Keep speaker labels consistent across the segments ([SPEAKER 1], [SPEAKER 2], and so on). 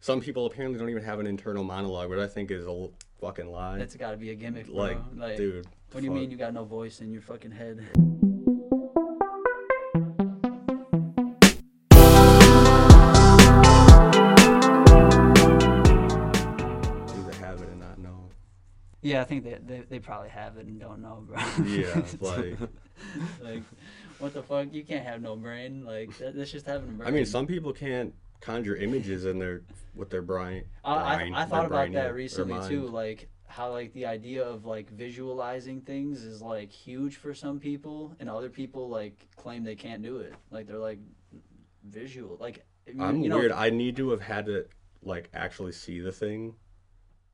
[SPEAKER 1] Some people apparently don't even have an internal monologue, which I think is a l- fucking lie.
[SPEAKER 2] That's got to be a gimmick, bro.
[SPEAKER 1] like, dude.
[SPEAKER 2] What do you
[SPEAKER 1] fuck.
[SPEAKER 2] mean you got no voice in your fucking head?
[SPEAKER 1] Either have it and not know.
[SPEAKER 2] Yeah, I think they, they, they probably have it and don't know, bro.
[SPEAKER 1] Yeah, like
[SPEAKER 2] like, what the fuck? You can't have no brain. Like, that, that's just having a brain.
[SPEAKER 1] I mean, some people can't conjure images in their with their brain.
[SPEAKER 2] I, I,
[SPEAKER 1] brain,
[SPEAKER 2] I
[SPEAKER 1] their
[SPEAKER 2] thought about
[SPEAKER 1] brain, yeah,
[SPEAKER 2] that
[SPEAKER 1] their
[SPEAKER 2] recently
[SPEAKER 1] mind.
[SPEAKER 2] too, like how like the idea of like visualizing things is like huge for some people, and other people like claim they can't do it. Like they're like visual, like you-
[SPEAKER 1] I'm
[SPEAKER 2] you know,
[SPEAKER 1] weird. I need to have had to like actually see the thing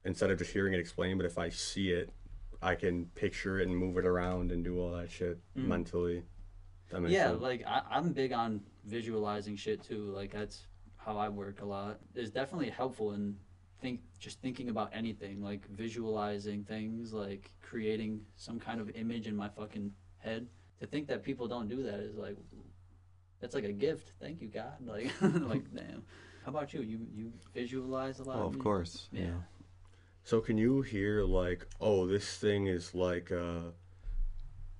[SPEAKER 1] instead of just hearing it explained. But if I see it, I can picture it and move it around and do all that shit mentally. That makes
[SPEAKER 2] Mm. yeah,
[SPEAKER 1] sense.
[SPEAKER 2] like I, I'm big on visualizing shit too. Like that's how I work a lot. It's definitely helpful in think just thinking about anything, like visualizing things, like creating some kind of image in my fucking head. To think that people don't do that is like that's like a gift. Thank you, God. Like like damn. How about you? You you visualize a lot.
[SPEAKER 3] Oh, of
[SPEAKER 2] You-
[SPEAKER 3] course.
[SPEAKER 2] Yeah.
[SPEAKER 1] So can you hear like, oh, this thing is like a,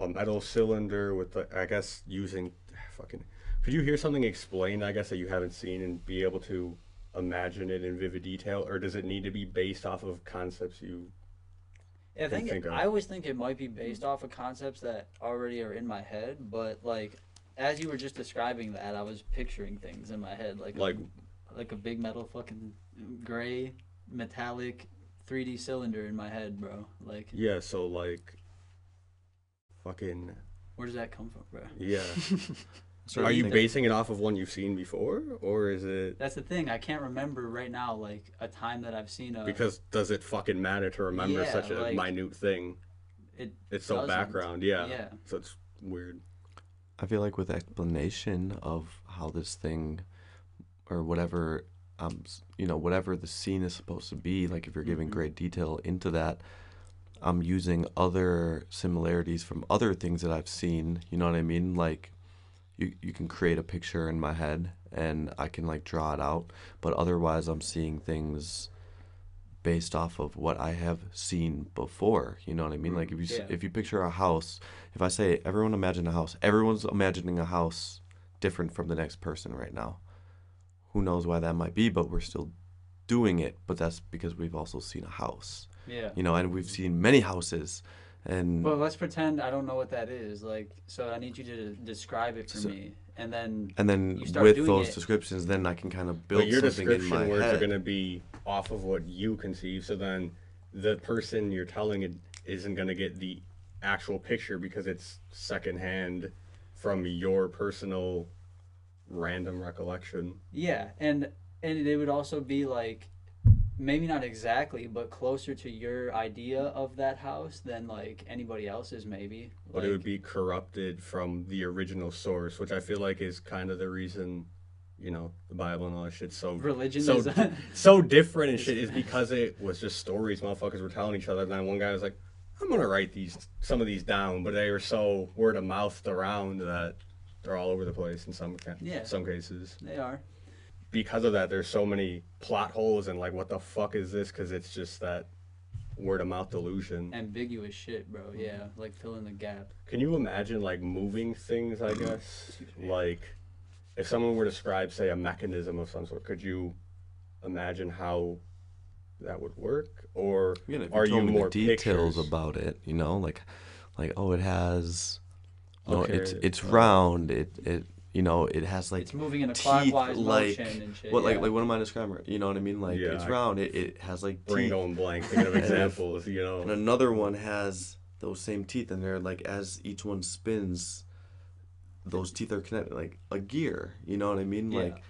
[SPEAKER 1] a metal cylinder with, the, I guess, using ah, fucking. Could you hear something explained? I guess that you haven't seen and be able to imagine it in vivid detail, or does it need to be based off of concepts you?
[SPEAKER 2] Yeah, I
[SPEAKER 1] can
[SPEAKER 2] think
[SPEAKER 1] think
[SPEAKER 2] it,
[SPEAKER 1] of.
[SPEAKER 2] I always think it might be based off of concepts that already are in my head, but like as you were just describing that, I was picturing things in my head, like
[SPEAKER 1] Like-
[SPEAKER 2] a, like a big metal fucking gray metallic 3D cylinder in my head, bro. Like
[SPEAKER 1] Yeah. So like, fucking
[SPEAKER 2] where does that come from, bro?
[SPEAKER 1] yeah.
[SPEAKER 3] Certain
[SPEAKER 1] Are you
[SPEAKER 3] things-
[SPEAKER 1] basing it off of one you've seen before, or is it
[SPEAKER 2] That's the thing. I can't remember right now like a time that I've seen a
[SPEAKER 1] because does it fucking matter to remember
[SPEAKER 2] Uh, Yeah,
[SPEAKER 1] such a
[SPEAKER 2] like-
[SPEAKER 1] minute thing?
[SPEAKER 2] it
[SPEAKER 1] It's so
[SPEAKER 2] doesn't.
[SPEAKER 1] background. Yeah.
[SPEAKER 2] Yeah.
[SPEAKER 1] So it's weird.
[SPEAKER 3] I feel like with explanation of how this thing, or whatever, um, s- you know, whatever the scene is supposed to be, like if you're giving great detail into that, I'm using other similarities from other things that I've seen. You know what I mean? Like, you you can create a picture in my head and I can like draw it out, but otherwise I'm seeing things based off of what I have seen before. You know what I mean? Like if you s
[SPEAKER 2] yeah.
[SPEAKER 3] if you picture a house, if I say everyone imagine a house, everyone's imagining a house different from the next person right now. Who knows why that might be, but we're still doing it, but that's because we've also seen a house.
[SPEAKER 2] Yeah.
[SPEAKER 3] You know, and we've seen many houses and
[SPEAKER 2] Well, let's pretend I don't know what that is. Like so I need you to describe it for
[SPEAKER 3] So-
[SPEAKER 2] me. And then
[SPEAKER 3] and then
[SPEAKER 2] you start
[SPEAKER 3] with
[SPEAKER 2] doing
[SPEAKER 3] those
[SPEAKER 2] it-
[SPEAKER 3] descriptions, then I can kind of build
[SPEAKER 1] But your
[SPEAKER 3] something in my
[SPEAKER 1] description words
[SPEAKER 3] head.
[SPEAKER 1] are going to be off of what you conceive. So then the person you're telling it isn't going to get the actual picture because it's secondhand from your personal random recollection.
[SPEAKER 2] Yeah, and and it would also be like maybe not exactly, but closer to your idea of that house than like anybody else's maybe.
[SPEAKER 1] But
[SPEAKER 2] Like,
[SPEAKER 1] it would be corrupted from the original source, which I feel like is kind of the reason, you know, the Bible and all that shit's so
[SPEAKER 2] Religion
[SPEAKER 1] so,
[SPEAKER 2] is-
[SPEAKER 1] so different and shit is because it was just stories motherfuckers were telling each other. And then one guy was like, "I'm gonna write these some of these down," but they were so word of mouthed around that they're all over the place in some ca-
[SPEAKER 2] Yeah.
[SPEAKER 1] some cases.
[SPEAKER 2] they are.
[SPEAKER 1] Because of that, there's so many plot holes and like, what the fuck is this? Because it's just that word of mouth delusion.
[SPEAKER 2] Ambiguous shit, bro.
[SPEAKER 1] Mm-hmm.
[SPEAKER 2] Yeah, like fill in the gap.
[SPEAKER 1] Can you imagine like moving things? I guess like if someone were to describe, say, a mechanism of some sort, could you imagine how that would work? Or
[SPEAKER 3] Again, if you
[SPEAKER 1] are you
[SPEAKER 3] told me
[SPEAKER 1] more
[SPEAKER 3] the details
[SPEAKER 1] pictures?
[SPEAKER 3] about it, you know, like like oh it has no
[SPEAKER 1] Okay,
[SPEAKER 3] it's it's
[SPEAKER 1] uh,
[SPEAKER 3] round, it it you know, it has like
[SPEAKER 2] It's moving in a
[SPEAKER 3] teeth,
[SPEAKER 2] clockwise
[SPEAKER 3] like
[SPEAKER 2] motion and shit.
[SPEAKER 3] what like
[SPEAKER 2] yeah.
[SPEAKER 3] like what am I describing? You know what I mean? Like
[SPEAKER 1] Yeah,
[SPEAKER 3] it's
[SPEAKER 1] I-
[SPEAKER 3] round, it, it has like
[SPEAKER 1] brain
[SPEAKER 3] teeth.
[SPEAKER 1] going blank, thinking of examples, you
[SPEAKER 3] And
[SPEAKER 1] know?
[SPEAKER 3] another one has those same teeth and they're like as each one spins those teeth are connected like a gear. You know what I mean?
[SPEAKER 2] Yeah.
[SPEAKER 3] Like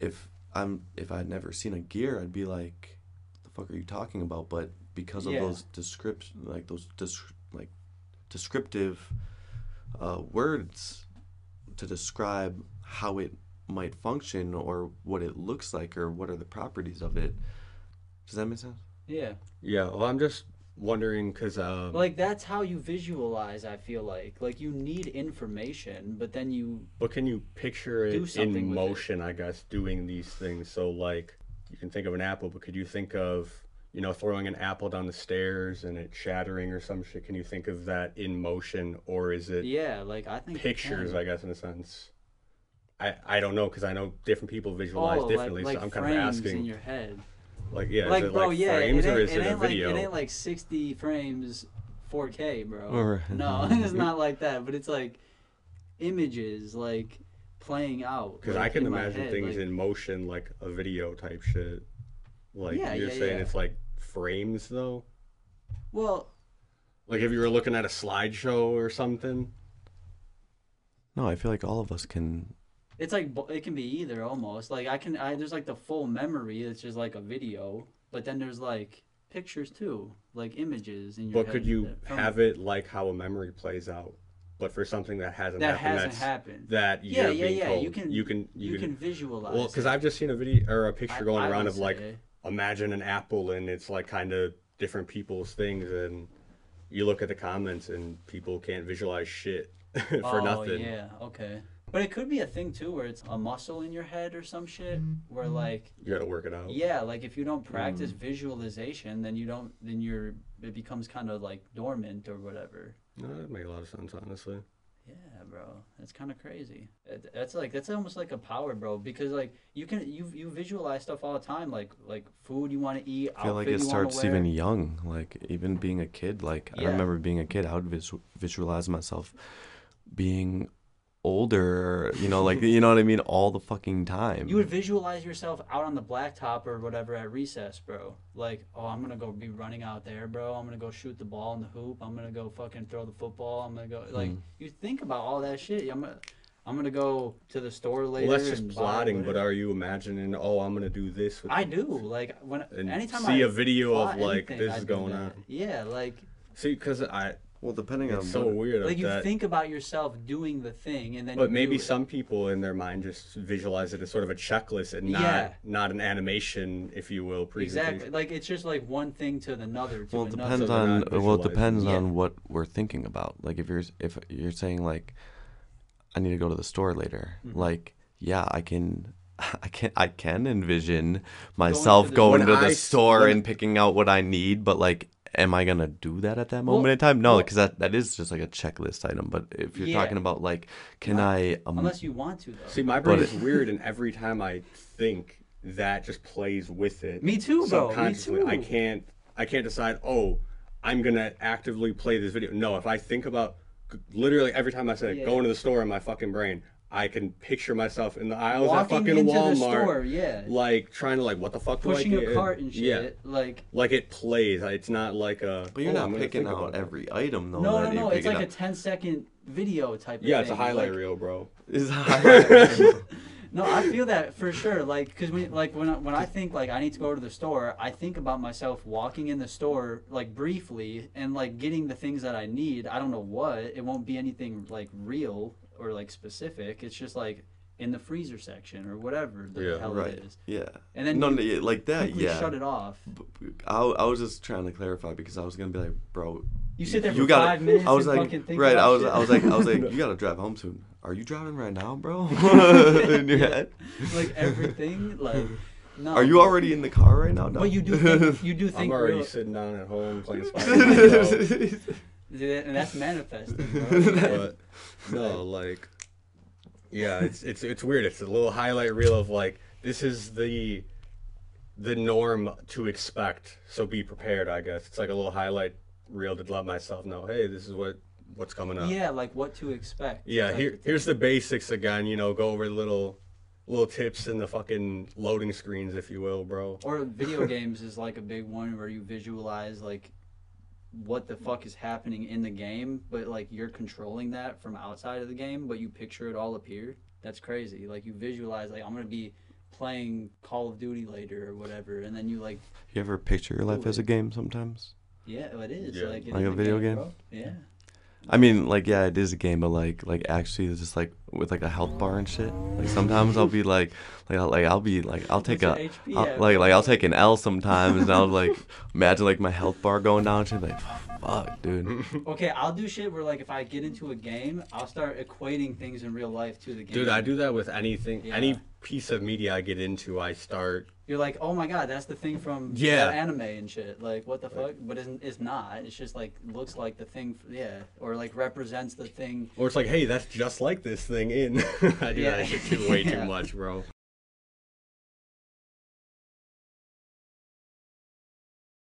[SPEAKER 3] if I'm if I'd never seen a gear, I'd be like, "The fuck are you talking about?" But because of
[SPEAKER 2] Yeah.
[SPEAKER 3] those description, like those descri- like descriptive uh, words to describe how it might function or what it looks like or what are the properties of it. Does that make sense?
[SPEAKER 2] yeah.
[SPEAKER 1] Yeah, well, I'm just wondering because um,
[SPEAKER 2] Like that's how you visualize, I feel like. Like you need information, but then you
[SPEAKER 1] But can you picture
[SPEAKER 2] Do
[SPEAKER 1] it
[SPEAKER 2] something
[SPEAKER 1] in
[SPEAKER 2] with it.
[SPEAKER 1] motion, I guess, doing these things? So, like, you can think of an apple, but could you think of you know throwing an apple down the stairs and it shattering or some shit? Can you think of that in motion, or is it
[SPEAKER 2] Yeah, like I think you
[SPEAKER 1] pictures?
[SPEAKER 2] can.
[SPEAKER 1] I guess in a sense. I, I don't know because I know different people visualize differently, so I'm kind of
[SPEAKER 2] Oh, frames in
[SPEAKER 1] asking.
[SPEAKER 2] your head.
[SPEAKER 1] Like yeah,
[SPEAKER 2] like
[SPEAKER 1] is it
[SPEAKER 2] bro,
[SPEAKER 1] like
[SPEAKER 2] yeah,
[SPEAKER 1] frames
[SPEAKER 2] it ain't,
[SPEAKER 1] or is it, a
[SPEAKER 2] ain't
[SPEAKER 1] video?
[SPEAKER 2] like it ain't like 60 frames, 4K, bro.
[SPEAKER 1] Oh,
[SPEAKER 3] Or-
[SPEAKER 2] No, it's not like that. But it's like images like playing out.
[SPEAKER 1] Because
[SPEAKER 2] like,
[SPEAKER 1] I can
[SPEAKER 2] in my
[SPEAKER 1] imagine
[SPEAKER 2] head,
[SPEAKER 1] things
[SPEAKER 2] like-
[SPEAKER 1] in motion, like a video type shit. Like
[SPEAKER 2] Yeah,
[SPEAKER 1] you're
[SPEAKER 2] yeah,
[SPEAKER 1] saying,
[SPEAKER 2] yeah.
[SPEAKER 1] it's like frames though.
[SPEAKER 2] Well,
[SPEAKER 1] Like if you were looking at a slideshow or something.
[SPEAKER 3] No, I feel like all of us can.
[SPEAKER 2] it's like bo- it can be either almost. Like I can, I there's like the full memory. It's just like a video, but then there's like pictures too, like images in your.
[SPEAKER 1] But
[SPEAKER 2] head
[SPEAKER 1] could you
[SPEAKER 2] that- from-
[SPEAKER 1] have it like how a memory plays out, but for something that hasn't
[SPEAKER 2] that
[SPEAKER 1] happened?
[SPEAKER 2] hasn't
[SPEAKER 1] that's,
[SPEAKER 2] happened?
[SPEAKER 1] That
[SPEAKER 2] yeah,
[SPEAKER 1] you're
[SPEAKER 2] yeah,
[SPEAKER 1] being
[SPEAKER 2] yeah.
[SPEAKER 1] told.
[SPEAKER 2] You can,
[SPEAKER 1] You can.
[SPEAKER 2] you can visualize.
[SPEAKER 1] well, because
[SPEAKER 2] it.
[SPEAKER 1] I've just seen a video or a picture
[SPEAKER 2] I-
[SPEAKER 1] going
[SPEAKER 2] I
[SPEAKER 1] around
[SPEAKER 2] would
[SPEAKER 1] of like
[SPEAKER 2] say.
[SPEAKER 1] imagine an apple and it's like kind of different people's things and you look at the comments and people can't visualize shit for
[SPEAKER 2] oh,
[SPEAKER 1] nothing.
[SPEAKER 2] Yeah, okay. But it could be a thing too where it's a muscle in your head or some shit where like
[SPEAKER 1] You gotta work it out.
[SPEAKER 2] yeah, like if you don't practice
[SPEAKER 3] Mm.
[SPEAKER 2] visualization then you don't then you're it becomes kind of like dormant or whatever.
[SPEAKER 1] No, that make a lot of sense, honestly.
[SPEAKER 2] Yeah, bro. That's kind of crazy. That- That's like that's almost like a power, bro, because like you can you you visualize stuff all the time like like food you want to eat,
[SPEAKER 3] I feel like
[SPEAKER 2] outfit
[SPEAKER 3] it
[SPEAKER 2] you wanna
[SPEAKER 3] starts
[SPEAKER 2] wear.
[SPEAKER 3] even young, like even being a kid. Like
[SPEAKER 2] Yeah.
[SPEAKER 3] I remember being a kid, I would visu- visualize myself being older. You know, like you know what I mean, all the fucking time.
[SPEAKER 2] You would visualize yourself out on the blacktop or whatever at recess, bro. Like, oh, I'm gonna go be running out there, bro. I'm gonna go shoot the ball in the hoop. I'm gonna go fucking throw the football. I'm gonna go like
[SPEAKER 1] Mm-hmm.
[SPEAKER 2] you think about all that shit. I'm gonna, I'm gonna go to the store later.
[SPEAKER 1] Well, that's just
[SPEAKER 2] and buy
[SPEAKER 1] plotting, but
[SPEAKER 2] whatever.
[SPEAKER 1] are you imagining, oh, I'm gonna do this with
[SPEAKER 2] I do like when
[SPEAKER 1] and
[SPEAKER 2] anytime
[SPEAKER 1] see
[SPEAKER 2] I
[SPEAKER 1] a video of
[SPEAKER 2] plot
[SPEAKER 1] like
[SPEAKER 2] anything,
[SPEAKER 1] this
[SPEAKER 2] I
[SPEAKER 1] is
[SPEAKER 2] do
[SPEAKER 1] going
[SPEAKER 2] that.
[SPEAKER 1] on.
[SPEAKER 2] Yeah, like
[SPEAKER 1] See, because I
[SPEAKER 3] well, depending
[SPEAKER 1] it's so weird
[SPEAKER 2] like
[SPEAKER 1] of
[SPEAKER 2] you
[SPEAKER 1] that.
[SPEAKER 2] think about yourself doing the thing and then
[SPEAKER 1] but
[SPEAKER 2] you
[SPEAKER 1] maybe
[SPEAKER 2] do it.
[SPEAKER 1] some people in their mind just visualize it as sort of a checklist and not
[SPEAKER 2] Yeah.
[SPEAKER 1] not an animation, if you will, presentation.
[SPEAKER 2] exactly like it's just like one thing to the another. To
[SPEAKER 3] Well, it
[SPEAKER 2] another.
[SPEAKER 3] depends
[SPEAKER 1] they're
[SPEAKER 3] on uh,
[SPEAKER 1] not
[SPEAKER 3] well, it depends
[SPEAKER 2] visualizing.
[SPEAKER 3] on what we're thinking about. Like if you're if you're saying like, I need to go to the store later.
[SPEAKER 2] Mm-hmm.
[SPEAKER 3] Like yeah, I can. I can I can envision myself
[SPEAKER 2] the-
[SPEAKER 3] going
[SPEAKER 1] When
[SPEAKER 3] to the,
[SPEAKER 1] I s-
[SPEAKER 3] store
[SPEAKER 1] when-
[SPEAKER 3] and picking out what I need, but like, am I gonna do that at that moment in time? No,
[SPEAKER 2] well-
[SPEAKER 3] because that, that is just like a checklist item. But if you're
[SPEAKER 2] Yeah.
[SPEAKER 3] talking about like, can I? Um,
[SPEAKER 2] Unless you want to though.
[SPEAKER 1] See, my brain
[SPEAKER 3] But
[SPEAKER 1] is weird, and every time I think, that just plays with it.
[SPEAKER 2] Me too, bro. Me
[SPEAKER 1] subconsciously. I
[SPEAKER 2] too.
[SPEAKER 1] can't. I can't decide. Oh, I'm gonna actively play this video. No, if I think about, literally every time I say
[SPEAKER 2] Yeah.
[SPEAKER 1] going to the store in my fucking brain, I can picture myself in the aisles
[SPEAKER 2] Walking
[SPEAKER 1] at fucking
[SPEAKER 2] into the
[SPEAKER 1] Walmart,
[SPEAKER 2] store, yeah.
[SPEAKER 1] like trying to like what the fuck
[SPEAKER 2] pushing
[SPEAKER 1] do I get?
[SPEAKER 2] a cart and shit.
[SPEAKER 1] Yeah,
[SPEAKER 2] Like
[SPEAKER 1] like it plays. It's not like a.
[SPEAKER 3] but you're
[SPEAKER 1] "Oh, I'm
[SPEAKER 3] not
[SPEAKER 1] gonna
[SPEAKER 3] picking
[SPEAKER 1] think
[SPEAKER 3] out
[SPEAKER 1] about it."
[SPEAKER 3] every item
[SPEAKER 1] Oh,
[SPEAKER 3] though.
[SPEAKER 2] no, no,
[SPEAKER 3] that you're
[SPEAKER 2] no. It's
[SPEAKER 3] picking
[SPEAKER 2] like a
[SPEAKER 3] up.
[SPEAKER 2] 10 second video type. Of
[SPEAKER 1] Yeah, it's a
[SPEAKER 2] thing.
[SPEAKER 1] highlight
[SPEAKER 2] like,
[SPEAKER 1] reel, bro.
[SPEAKER 3] It's a highlight.
[SPEAKER 2] No, I feel that for sure. Like, because when like when I, when I think like I need to go to the store, I think about myself walking in the store like briefly and like getting the things that I need. I don't know what. It won't be anything like real or like specific. It's just like in the freezer section or whatever the
[SPEAKER 1] Yeah,
[SPEAKER 2] hell
[SPEAKER 3] right.
[SPEAKER 2] it is.
[SPEAKER 3] Yeah.
[SPEAKER 2] And then
[SPEAKER 3] no,
[SPEAKER 2] you
[SPEAKER 3] no, yeah, like that.
[SPEAKER 2] Quickly
[SPEAKER 3] Yeah.
[SPEAKER 2] shut it off.
[SPEAKER 3] I, I was just trying to clarify because I was gonna be like, bro,
[SPEAKER 2] You sit there for
[SPEAKER 3] you got
[SPEAKER 2] five minutes.
[SPEAKER 3] I was
[SPEAKER 2] and
[SPEAKER 3] like,
[SPEAKER 2] fucking think
[SPEAKER 3] right? I
[SPEAKER 2] about
[SPEAKER 3] was,
[SPEAKER 2] shit.
[SPEAKER 3] I was like, I was like, you gotta drive home soon. Are you driving right now, bro? in your head?
[SPEAKER 2] like everything. Like, no.
[SPEAKER 3] Are you already in the car right now? No.
[SPEAKER 2] But you do think you do
[SPEAKER 1] I'm
[SPEAKER 2] think
[SPEAKER 1] already
[SPEAKER 2] real-
[SPEAKER 1] sitting down at home playing Spider-Man. bro.
[SPEAKER 2] and that's manifesting. bro.
[SPEAKER 1] but no, like, yeah, it's it's it's weird. It's a little highlight reel of like this is the the norm to expect. So be prepared, I guess. It's like a little highlight reel to let myself know, hey, this is what what's coming up.
[SPEAKER 2] yeah, like what to expect.
[SPEAKER 1] Yeah,
[SPEAKER 2] type
[SPEAKER 1] here
[SPEAKER 2] of thing.
[SPEAKER 1] here's the basics again. You know, go over the little little tips in the fucking loading screens, if you will, bro.
[SPEAKER 2] Or video games is like a big one where you visualize like what the fuck is happening in the game, but like you're controlling that from outside of the game, but you picture it all up here. That's crazy. Like you visualize like I'm gonna be playing Call of Duty later or whatever, and then you like
[SPEAKER 3] you ever picture your life as a game sometimes?
[SPEAKER 2] yeah, it is
[SPEAKER 1] Yeah.
[SPEAKER 2] like it's
[SPEAKER 3] Like a
[SPEAKER 2] the
[SPEAKER 3] video game?
[SPEAKER 2] bro. Yeah.
[SPEAKER 3] I mean, like, yeah, it is a game, but like, like actually, it's just like with like a health bar and shit. Like sometimes I'll be like, like, I'll, like I'll be like, I'll take
[SPEAKER 2] your
[SPEAKER 3] a,
[SPEAKER 2] HP
[SPEAKER 3] I'll-
[SPEAKER 2] at?
[SPEAKER 3] like, like I'll take an L sometimes, and I'll like imagine like my health bar going down, and shit, like, fuck, dude.
[SPEAKER 2] Okay, I'll do shit where like if I get into a game, I'll start equating things in real life to the game.
[SPEAKER 1] Dude, I do that with anything,
[SPEAKER 2] Yeah.
[SPEAKER 1] any piece of media I get into, I start.
[SPEAKER 2] You're like, oh my god, that's the thing from
[SPEAKER 1] Yeah.
[SPEAKER 2] that anime and shit. Like, what the fuck? But it's, it's not. It's just like looks like the thing. f yeah, or like represents the thing
[SPEAKER 1] Or it's like, hey, that's just like this thing in. I do
[SPEAKER 2] Yeah.
[SPEAKER 1] that shit too, way
[SPEAKER 2] Yeah.
[SPEAKER 1] too much, bro.